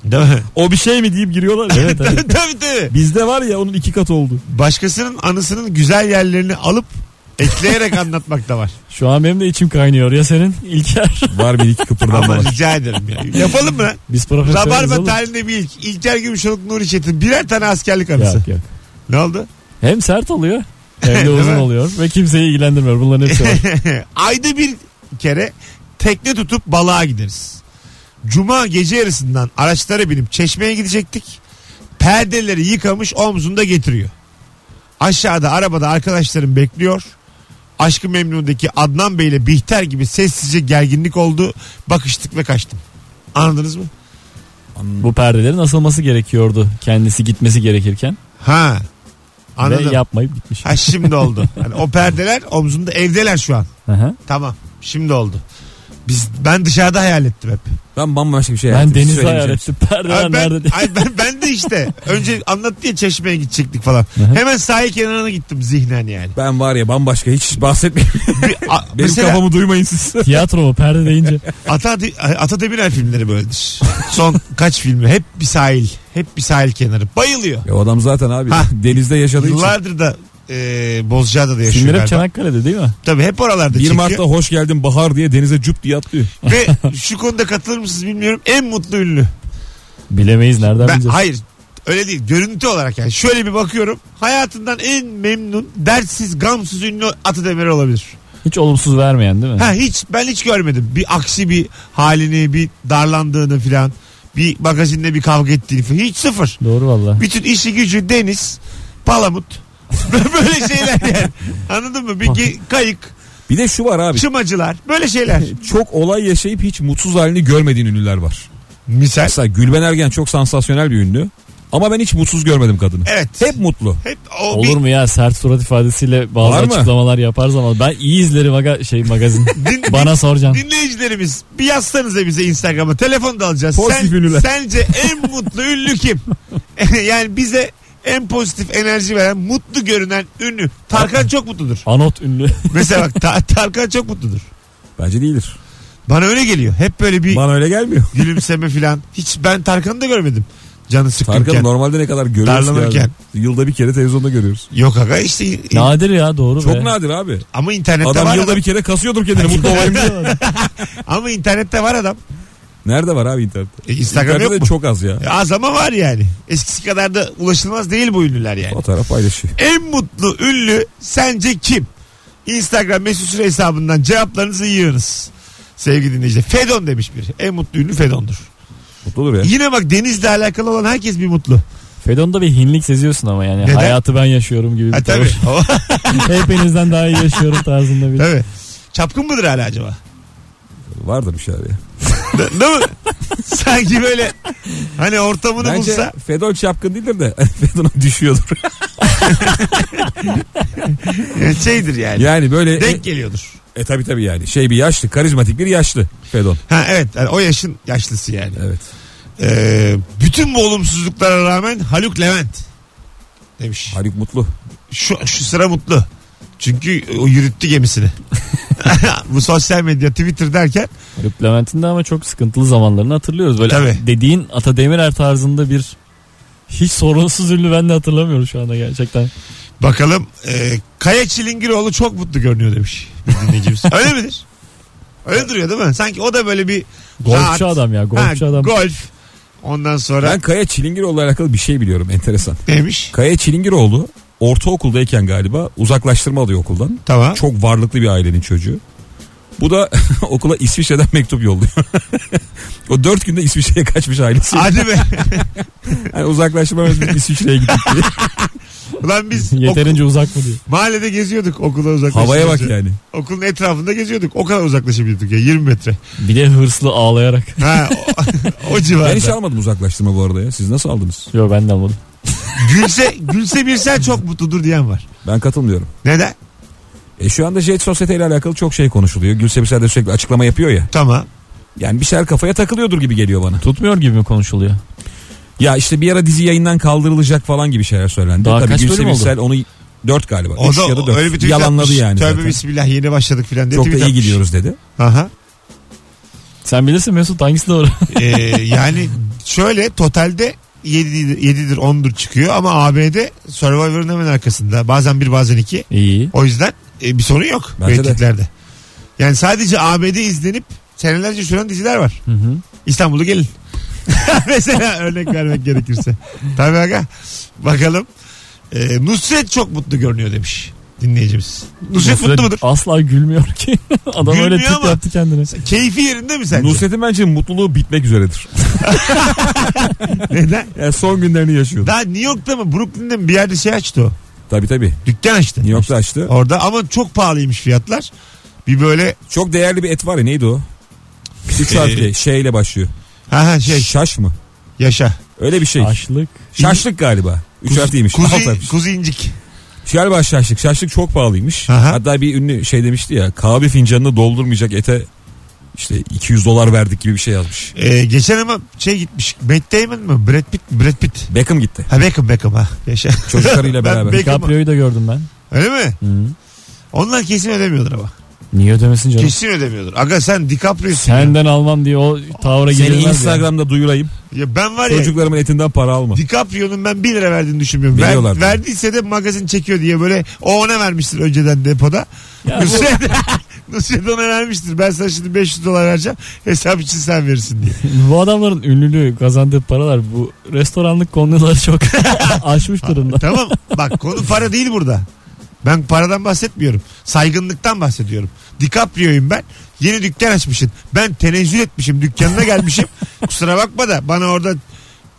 B: Değil mi?
C: O bir şey mi deyip giriyorlar.
D: Evet, evet.
B: tabii tabii.
C: Bizde var ya onun iki katı oldu.
B: Başkasının anısının güzel yerlerini alıp ekleyerek anlatmak da var.
D: Şu an benim de içim kaynıyor ya senin İlker.
C: Var bir iki kıpırdanma
B: Ama
C: var.
B: rica ederim ya. Yapalım mı? lan?
D: Biz profesyoneliz
B: Rabarba
D: oğlum.
B: tarihinde bir ilk. İlker Gümüşoluk Nuri Çetin. Birer tane askerlik anısı.
D: Yok, yok.
B: Ne oldu?
D: Hem sert oluyor hem
B: Değil
D: de uzun
B: mi?
D: oluyor ve kimseyi ilgilendirmiyor. Bunların hepsi var.
B: Ayda bir kere tekne tutup balığa gideriz. Cuma gece yarısından araçlara binip çeşmeye gidecektik. Perdeleri yıkamış omzunda getiriyor. Aşağıda arabada arkadaşlarım bekliyor. Aşkı Memnun'daki Adnan Bey ile Bihter gibi sessizce gerginlik oldu. Bakıştık ve kaçtım. Anladınız mı?
D: Bu perdelerin asılması gerekiyordu. Kendisi gitmesi gerekirken.
B: Ha.
D: Ve
B: Anladım.
D: yapmayıp gitmiş.
B: Ha şimdi oldu. Hani o perdeler omzunda evdeler şu an.
D: Aha.
B: Tamam. Şimdi oldu. Biz ben dışarıda hayal ettim hep.
C: Ben bambaşka bir şey
D: Ben
C: yaptım.
D: denizi
C: Söylemeyeceğim.
D: hayal ettim. Perdeler
B: Ay ben,
D: nerede diye.
B: ay ben, ben de işte önce anlattı ya çeşmeye gidecektik falan. Hemen sahil kenarına gittim zihnen yani.
C: Ben var ya bambaşka hiç bahsetmeyeyim.
B: A-
C: Benim
B: mesela
C: kafamı duymayın siz.
D: Tiyatro mu perde deyince.
B: Ata, Ata Demirer filmleri böyledir. Son kaç filmi hep bir sahil. Hep bir sahil kenarı. Bayılıyor.
C: Ya E, o adam zaten abi
B: Ha.
C: denizde yaşadığı için.
B: Yıllardır da e, Bozcaada'da da yaşıyor
D: Filmler
B: galiba.
D: hep Çanakkale'de değil mi?
B: Tabii hep oralarda
C: 1
B: çekiyor.
C: Mart'ta hoş geldin bahar diye denize cüp diye atlıyor.
B: Ve şu konuda katılır mısınız bilmiyorum. En mutlu ünlü.
D: Bilemeyiz
B: Ben,
D: nereden bileceğiz.
B: hayır öyle değil. Görüntü olarak yani. Şöyle bir bakıyorum. Hayatından en memnun, dertsiz, gamsız ünlü Ata Demirer olabilir.
D: Hiç olumsuz vermeyen değil mi?
B: Ha hiç ben hiç görmedim. Bir aksi bir halini, bir darlandığını filan. Bir magazinde bir kavga ettiğini filan. Hiç sıfır.
D: Doğru valla.
B: Bütün işi gücü deniz, palamut. böyle şeyler yani. Anladın mı? Bir ge- kayık,
C: Bir de şu var abi.
B: çımacılar. Böyle şeyler.
C: Çok olay yaşayıp hiç mutsuz halini görmediğin ünlüler var.
B: Misal.
C: Mesela Gülben Ergen çok sansasyonel bir ünlü. Ama ben hiç mutsuz görmedim kadını.
B: Evet.
C: Hep mutlu.
B: Hep o
D: Olur mu ya sert surat ifadesiyle bazı
C: Var mı?
D: açıklamalar yapar zaman ben iyi izlerim aga şey magazin.
B: Din-
D: Bana soracaksın.
B: Dinleyicilerimiz bir yazsanıza bize Instagram'a telefon da alacağız.
C: Pozitif ünlüler.
B: Sence en mutlu ünlü kim? yani bize en pozitif enerji veren, mutlu görünen ünlü. Tarkan çok mutludur.
D: Anot ünlü.
B: Mesela bak Ta- Tarkan çok mutludur.
C: Bence değildir.
B: Bana öyle geliyor. Hep böyle bir
C: Bana öyle gelmiyor.
B: gülümseme filan. Hiç ben Tarkan'ı da görmedim. Canı
C: Tarkan'ı
B: sıkkınken.
C: normalde ne kadar görüyoruz ki abi.
B: Darlanırken.
C: Yılda bir kere televizyonda görüyoruz.
B: Yok aga işte
D: Nadir ya doğru
C: Çok
D: be.
C: nadir abi.
B: ama internette
C: Adam
B: var
C: yılda
B: adam.
C: bir kere kasıyordur kendini mutlu olayım diye.
B: Ama internette var adam. Nerede
C: var abi internette?
B: E, Instagram
C: İnternette
B: yok
C: de
B: mu?
C: çok az ya.
B: E, Az ama var yani. Eskisi kadar da ulaşılmaz değil bu ünlüler yani.
C: Fotoğraf paylaşıyor.
B: En mutlu ünlü sence kim? Instagram mesut süre hesabından cevaplarınızı yığınız. Sevgili dinleyiciler. Fedon demiş biri. En mutlu ünlü Fedon'dur.
C: Mutludur ya.
B: Yine bak denizle alakalı olan herkes bir mutlu.
D: Fedon'da bir hinlik seziyorsun ama yani.
B: Neden?
D: Hayatı ben yaşıyorum gibi
B: Ha,
D: bir
B: tabii.
D: tavır. Hepinizden daha iyi yaşıyorum tarzında bir.
B: tabii. Çapkın mıdır hala acaba?
C: Vardır bir şeyler ya.
B: De- Değil mi? Sanki böyle hani ortamını
C: Bence
B: bulsa
C: Fedon çapkın değildir de Fedon'a düşüyordur.
B: e, şeydir yani.
C: Yani böyle e,
B: Denk geliyordur.
C: e tabi tabi yani şey bir yaşlı karizmatik bir yaşlı Fedon.
B: Ha evet yani o yaşın yaşlısı yani.
C: Evet.
B: Ee, bütün bu olumsuzluklara rağmen Haluk Levent demiş.
C: Haluk Mutlu.
B: Şu, şu sıra mutlu. Çünkü o yürüttü gemisini. bu sosyal medya Twitter derken
D: Haluk Levent'in de ama çok sıkıntılı zamanlarını hatırlıyoruz. Böyle
B: Tabii.
D: dediğin Ata Demirer tarzında bir hiç sorunsuz ünlü ben de hatırlamıyorum şu anda gerçekten.
B: Bakalım e, Kaya Çilingiroğlu çok mutlu görünüyor demiş bir dinleyicimiz. Öyle midir? Öyle duruyor değil mi? Sanki o da böyle bir
D: Golfçü adam ya, golfçü
B: Ha,
D: adam.
B: Golf. Ondan sonra
C: Ben Kaya Çilingiroğlu'yla alakalı bir şey biliyorum enteresan.
B: neymiş?
C: Kaya Çilingiroğlu ortaokuldayken galiba uzaklaştırma alıyor okuldan.
B: Tamam.
C: Çok varlıklı bir ailenin çocuğu. Bu da okula İsviçre'den mektup yolluyor. o dört günde İsviçre'ye kaçmış ailesi.
B: Hadi be.
C: Yani uzaklaştırma mektubu İsviçre'ye gittik diye.
B: Ulan biz okul-
D: Yeterince uzak mı diye.
B: mahallede geziyorduk okula uzaklaşınca.
C: Havaya bak yani.
B: Okulun etrafında geziyorduk. O kadar uzaklaşabiliyorduk ya 20 metre.
D: Bir de hırslı ağlayarak.
B: Ha, o, o civarda.
C: Ben hiç almadım uzaklaştırma bu arada ya. Siz nasıl aldınız?
D: Yok ben de almadım.
B: Gülse, Gülse Birsel çok mutludur diyen var.
C: Ben katılmıyorum.
B: Neden?
C: E şu anda Jet Sosyete ile alakalı çok şey konuşuluyor. Gülse Birsel de sürekli açıklama yapıyor ya.
B: Tamam.
C: Yani bir şeyler kafaya takılıyordur gibi geliyor bana.
D: Tutmuyor gibi mi konuşuluyor?
C: Ya işte bir ara dizi yayından kaldırılacak falan gibi şeyler söylendi.
D: Daha
C: Tabii
D: kaç
C: Gülse
D: bölüm oldu?
C: Birsel onu 4 galiba.
B: O
C: Üç
B: da
C: ya da 4.
B: öyle bir tweet
C: Yalanladı
B: atmış.
C: yani.
B: Tövbe
C: zaten.
B: bismillah yeni başladık filan diye
C: Çok da
B: tweet
C: iyi
B: atmış.
C: gidiyoruz dedi.
B: Aha.
D: Sen bilirsin Mesut hangisi doğru?
B: Ee, yani şöyle totalde 7, 7'dir 10'dur çıkıyor ama ABD Survivor'ın hemen arkasında. Bazen bir bazen iki.
D: İyi.
B: O yüzden e, bir sorun yok
C: Bence de.
B: reytinglerde. Yani sadece ABD izlenip senelerce süren diziler var.
D: Hı hı.
B: İstanbul'u gelin. Mesela örnek vermek gerekirse. Tabii aga. Bakalım. Ee, Nusret çok mutlu görünüyor demiş dinleyicimiz. Nusret,
D: Nusret
B: mutlu mudur?
D: Asla gülmüyor ki. Adam öyle
B: Gülmüyor
D: tip
B: ama-
D: yaptı kendine.
B: Keyfi yerinde mi sence?
C: Nusret'in bence mutluluğu bitmek üzeredir.
B: Neden?
C: Yani son günlerini yaşıyordu.
B: Daha New York'ta mı Brooklyn'de mi bir yerde şey açtı o.
C: Tabii tabii.
B: Dükkan açtı.
C: New York'ta açtı.
B: Orada ama çok pahalıymış fiyatlar. Bir böyle
C: Çok değerli bir et var ya neydi o? 3 harfli şeyle başlıyor.
B: ha ha şey
C: Şaş mı?
B: yaşa.
C: Öyle bir şey.
D: Açlık.
C: Şaşlık galiba. Üç harfliymiş. Alt
B: Kuzu,
C: harfmiş.
B: kuzu incik.
C: Galiba şaşlık. Şaşlık çok pahalıymış.
B: Aha.
C: Hatta bir ünlü şey demişti ya kahve fincanını doldurmayacak ete işte 200 dolar verdik gibi bir şey yazmış.
B: Ee, geçen ama şey gitmiş. Matt Damon mı? Brad Pitt mi? Brad Pitt.
C: Beckham gitti.
B: Ha Beckham Beckham ha. Yaşa.
C: Çocuklarıyla
B: Ben
C: beraber.
B: Beckham-
D: DiCaprio'yu da gördüm ben.
B: Öyle mi?
D: Hı.
B: Onlar kesin ödemiyordur ama.
D: Niye ödemesin canım?
B: Kesin ödemiyordur. Aga sen DiCaprio'sun. ya.
D: Senden almam diye o tavra
C: Seni
D: girilmez. yani.
C: Instagram'da duyurayım.
B: Ya ben var ya
C: Çocuklarımın etinden para alma.
B: DiCaprio'nun ben 1 lira verdiğini düşünmüyorum.
C: Veriyorlar
B: Ver,
C: tabii.
B: verdiyse de magazin çekiyor diye böyle o ona vermiştir önceden depoda.
D: Ya bu-
B: Nusret, Nusret ona vermiştir. Ben sana şimdi 500 dolar vereceğim. Hesap için sen verirsin diye.
D: Bu adamların ünlülüğü kazandığı paralar bu restoranlık konuları çok aşmış durumda.
B: tamam bak konu para değil burada. Ben paradan bahsetmiyorum. Saygınlıktan bahsediyorum. DiCaprio'yum ben. Yeni dükkan açmışım. Ben tenezzül etmişim. Dükkanına gelmişim. Kusura bakma da bana orada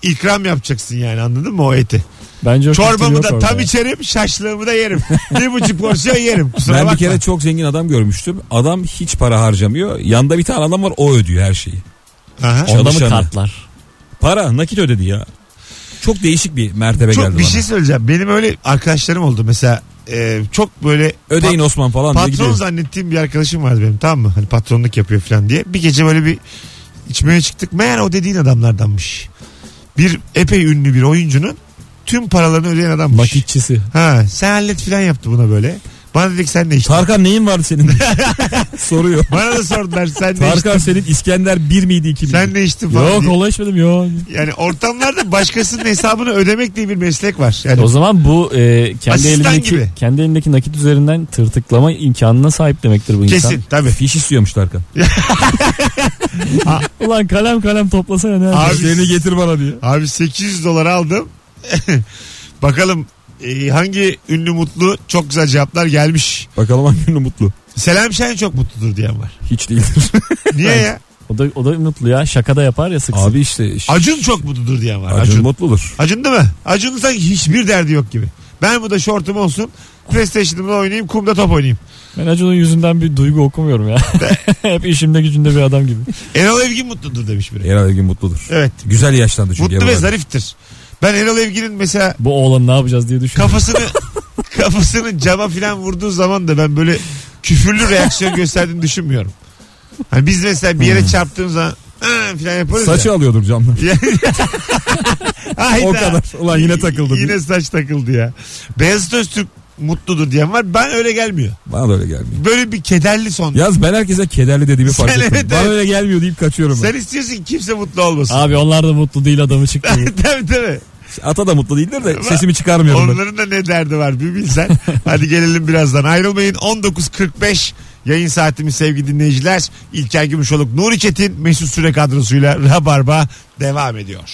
B: ikram yapacaksın yani anladın mı o eti?
D: Bence o kültür
B: Çorbamı
D: yok
B: da
D: orada
B: tam
D: ya.
B: içerim, şaşlığımı da yerim. bir buçuk porsiyon yerim. Kusura
C: ben
B: bakma.
C: bir kere çok zengin adam görmüştüm. Adam hiç para harcamıyor. Yanda bir tane adam var o ödüyor her şeyi.
B: Aha.
D: Onda mı
C: Çalışanı.
D: kartlar?
C: Para nakit ödedi ya. Çok değişik bir mertebe
B: Çok
C: geldi
B: bir
C: bana.
B: şey söyleyeceğim. Benim öyle arkadaşlarım oldu mesela. e, çok böyle
C: Ödeyin Osman falan diye
B: patron
C: gidiyor.
B: zannettiğim bir arkadaşım vardı benim tamam mı? Hani patronluk yapıyor falan diye. Bir gece böyle bir içmeye çıktık. Meğer o dediğin adamlardanmış. Bir epey ünlü bir oyuncunun tüm paralarını ödeyen adammış.
D: Nakitçisi.
B: Ha, sen hallet falan yaptı buna böyle. Bana dedik sen ne içtin?
C: Tarkan neyin vardı senin? Soruyor.
B: Bana da sordular sen ne içtin?
C: Tarkan senin İskender 1 miydi 2 miydi?
B: Sen ne içtin falan
D: Yok
B: diye.
D: kola içmedim yok.
B: Yani ortamlarda başkasının hesabını ödemek diye bir meslek var. Yani
D: O zaman bu e, kendi
B: Asistan
D: elindeki
B: gibi.
D: kendi elindeki nakit üzerinden tırtıklama imkanına sahip demektir bu
B: kesin
D: insan.
B: tabii.
C: Fiş istiyormuş Tarkan.
D: Ulan kalem kalem toplasana ne
B: Abi-
D: yapayım?
C: Fişlerini getir bana diye.
B: Abi 800 dolar aldım. Bakalım e, hangi ünlü mutlu çok güzel cevaplar gelmiş.
C: Bakalım hangi ünlü mutlu.
B: Selam Şen çok mutludur diyen var.
C: Hiç değildir.
B: Niye ya?
D: O da o da mutlu ya. Şaka da yapar ya sık sık.
C: Abi işte. ş-
B: Acun çok mutludur diyen var.
C: Acun,
B: Acun.
C: mutludur.
B: Acun değil mi? Acun'un sanki hiçbir derdi yok gibi. Ben bu da şortum olsun. PlayStation'ımla oynayayım, kumda top oynayayım.
D: Ben Acun'un yüzünden bir duygu okumuyorum ya. Hep işimde gücünde bir adam gibi.
B: Erol Evgin mutludur demiş biri.
C: Erol Evgin mutludur.
B: Evet.
C: Güzel yaşlandı çünkü.
B: Mutlu
C: Erol
B: ve
C: abi.
B: zariftir. Ben Erol Evgin'in mesela
D: Bu oğlan ne yapacağız diye düşünüyorum.
B: kafasını kafasını cama filan vurduğu zaman da ben böyle küfürlü reaksiyon gösterdiğini düşünmüyorum. Hani biz mesela bir yere çarptığımız zaman "Hı" filan yaparız
C: Hmm. Saçı
B: ya.
C: alıyordur camdan.
B: Hayda.
C: O kadar. Ulan yine takıldı.
B: Yine saç takıldı ya. Beyazıt Öztürk mutludur diyen var. Ben öyle gelmiyor.
C: Bana da öyle gelmiyor.
B: Böyle bir kederli son.
C: Yaz ben herkese kederli dediğimi fark
B: Sen
C: ettim.
B: evet,
C: Bana
B: evet.
C: öyle gelmiyor deyip kaçıyorum.
B: Sen
C: Ben.
B: istiyorsun ki kimse mutlu olmasın.
D: Abi onlar da mutlu değil adamı çıktı.
B: tabii tabii.
C: Ata da mutlu değildir de sesimi çıkarmıyorum ben.
B: Onların da ne derdi var bir bilsen. Hadi gelelim birazdan ayrılmayın. 19.45 yayın saatimiz sevgili dinleyiciler. İlker Gümüşoluk, Nuri Çetin, Mesut Süre kadrosuyla Rabarba devam ediyor.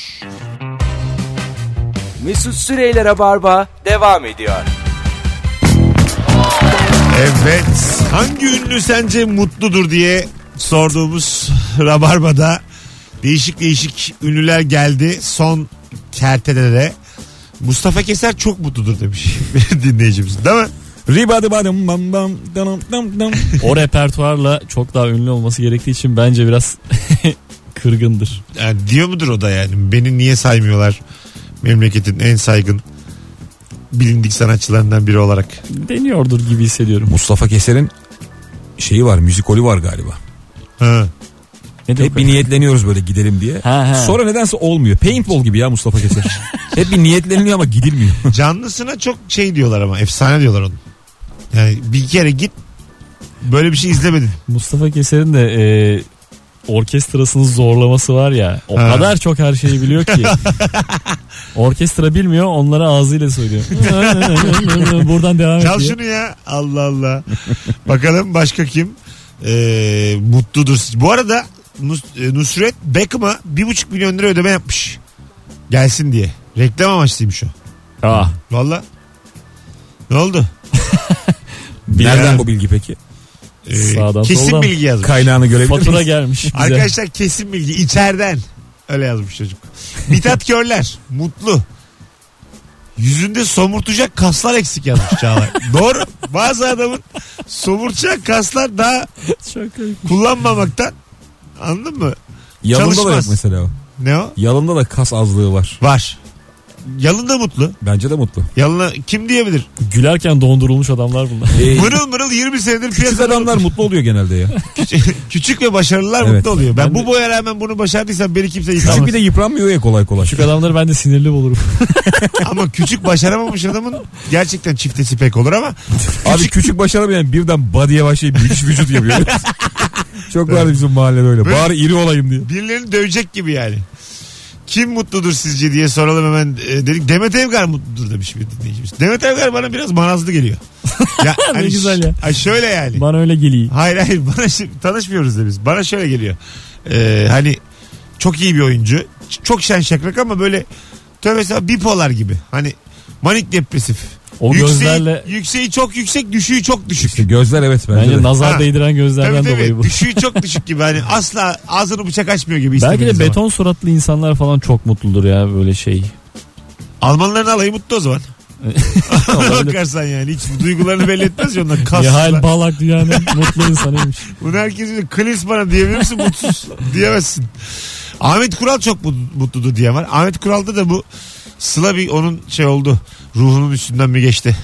A: Mesut Süreyler'e barba devam ediyor.
B: Evet. Hangi ünlü sence mutludur diye sorduğumuz Rabarba'da değişik değişik ünlüler geldi. Son kertede de Mustafa Keser çok mutludur demiş bir dinleyicimiz değil mi?
C: Ribadi badım bam bam danam dam dam.
D: o repertuarla çok daha ünlü olması gerektiği için bence biraz kırgındır.
B: Yani diyor mudur o da yani beni niye saymıyorlar memleketin en saygın bilindik sanatçılarından biri olarak.
D: Deniyordur gibi hissediyorum.
C: Mustafa Keser'in şeyi var müzikoli var galiba.
B: Ha.
D: Ne demek
C: Hep bir
D: öyle?
C: niyetleniyoruz böyle gidelim diye.
D: Ha, ha.
C: Sonra nedense olmuyor. Paintball gibi ya Mustafa Keser. Hep bir niyetleniliyor ama gidilmiyor.
B: Canlısına çok şey diyorlar ama efsane diyorlar onun. Yani bir kere git böyle bir şey izlemedin.
D: Mustafa Keser'in de e, orkestrasını zorlaması var ya. O
B: Ha.
D: kadar çok her şeyi biliyor ki. Orkestra bilmiyor onlara ağzıyla söylüyor. Buradan devam
B: Çal
D: ediyor.
B: şunu ya. Allah Allah. Bakalım başka kim ee, mutludur. Bu arada Nus- e, Nusret Beckham'a bir buçuk milyon lira ödeme yapmış. Gelsin diye. Reklam amaçlıymış o.
D: Ah,
B: Valla. Ne oldu?
C: Nereden
B: Ya.
C: bu bilgi peki?
B: Ee,
D: Sağdan
B: kesin
D: soldan.
B: bilgi yazmış.
C: Kaynağını görebilir
D: fatura
C: miyiz?
D: gelmiş bize.
B: Arkadaşlar kesin bilgi içeriden. Öyle yazmış çocuk. Mithat Körler mutlu. Yüzünde somurtacak kaslar eksik yazmış Çağlar. Doğru. Bazı adamın somurtacak kaslar daha
D: Çok komik.
B: kullanmamaktan anladın mı?
C: Yalında da yok
B: Çalışmaz.
C: mesela o.
B: Ne o?
C: Yalında da kas azlığı var.
B: Var. Yalın da mutlu.
C: Bence de mutlu.
B: Yalın kim diyebilir?
D: Gülerken dondurulmuş adamlar bunlar.
C: Ee,
B: Mırıl mırıl 20 senedir
C: küçük
B: piyasada
C: adamlar mutlu oluyor genelde ya.
B: küçük ve başarılılar
C: Evet.
B: mutlu oluyor. Ben,
D: Ben
B: bu
D: de-
B: boya rağmen bunu başardıysam beni kimse
C: Küçük
B: yıkamaz.
C: bir de yıpranmıyor ya kolay kolay.
D: Küçük adamları ben de sinirli bulurum.
B: Ama küçük başaramamış adamın gerçekten çiftesi pek olur ama
C: Abi küçük başaramayan birden body'ye başlayıp müthiş vücut yapıyor. Çok vardı bizim mahallede öyle.
B: Böyle-
C: Bari iri olayım diye.
B: birilerini dövecek gibi yani. Kim mutludur sizce diye soralım hemen e, dedik. Demet Evgar mutludur demiş bir dinleyicimiz. Demet Evgar bana biraz manazlı geliyor. Ya, hani
D: güzel ya.
B: ş- ay şöyle yani.
D: Bana öyle geliyor.
B: Hayır hayır bana şi- tanışmıyoruz da biz. Bana şöyle geliyor. Ee, hani çok iyi bir oyuncu. Ç- Çok şen şakrak ama böyle tövbe estağfurullah bipolar gibi. Hani manik depresif.
D: O gözlerle
B: yükseği çok yüksek, düşüğü çok düşük.
C: İşte gözler evet bence,
D: bence
C: de.
D: nazar
B: Ha.
D: değdiren gözlerden
B: Tabii
D: dolayı
B: tabii.
D: bu.
B: Düşüğü çok düşük gibi. Hani asla ağzını bıçak açmıyor gibi.
D: Belki de
B: istemediği zaman.
D: beton suratlı insanlar falan çok mutludur ya böyle şey.
B: Almanların alayı mutlu o zaman. Ona
D: Olabilir.
B: bakarsan yani. Hiç duygularını belli etmez ya onlar. Kaslı.
D: Mihail Balak dünyanın mutlu insanıymış.
B: Bunu herkes bilir. Klinsmana bana diyebilir misin mutsuz? Diyemezsin. Ahmet Kural çok mut- mutludur diyen var. Ahmet Kural'da da bu Sıla bir onun şey oldu. Ruhunun üstünden mi geçti?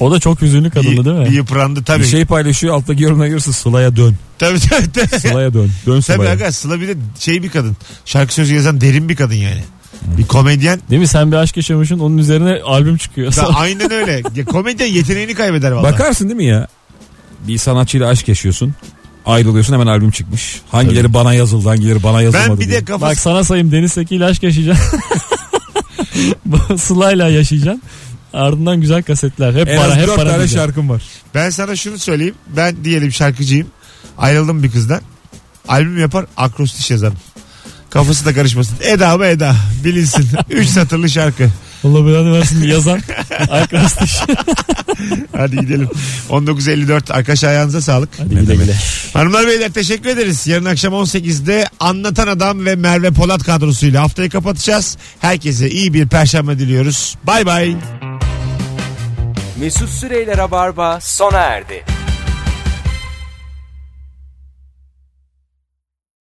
D: O da çok hüzünlü kadındı
B: Bir-
D: değil mi?
B: Bir yıprandı tabii.
C: Bir şey paylaşıyor alttaki yorumlar görürsün Sıla'ya dön.
B: Tabii tabii. tabii.
C: Sıla'ya dön. Dön
B: Tabii
C: Sıla'ya.
B: aga Sıla bir de şey bir kadın. Şarkı sözü yazan derin bir kadın yani. Bir komedyen.
D: Değil mi? Sen bir aşk yaşamışsın onun üzerine albüm çıkıyor.
B: Da aynen öyle. Ya komedyen yeteneğini kaybeder vallahi.
C: Bakarsın değil mi ya? Bir sanatçıyla aşk yaşıyorsun. Ayrılıyorsun hemen albüm çıkmış. Hangileri bana yazıldı hangileri bana yazılmadı
B: ben bir
C: diye.
B: de
D: Bak
B: kafası...
D: sana sayayım Deniz Seki ile aşk yaşayacaksın. Bu Sıla'yla yaşayacaksın. Ardından güzel kasetler. Hep
C: En
D: para
C: az
D: hep
C: dört
D: para.
C: tane
D: diyeceksin.
C: şarkım var.
B: Ben sana şunu söyleyeyim. Ben diyelim şarkıcıyım. Ayrıldım bir kızdan. Albüm yapar akrostiş yazarım. Kafası da karışmasın. Eda mı Eda bilinsin. Üç satırlı şarkı.
D: Allah belanı versin diye yazan. Arkadaş
B: Hadi gidelim. 19.54 arkadaş ayağınıza sağlık.
D: Hadi güle güle.
B: Hanımlar beyler teşekkür ederiz. Yarın akşam 18'de Anlatan Adam ve Merve Polat kadrosuyla haftayı kapatacağız. Herkese iyi bir perşembe diliyoruz. Bay bay.
A: Mesut Süreyler'e barba sona erdi.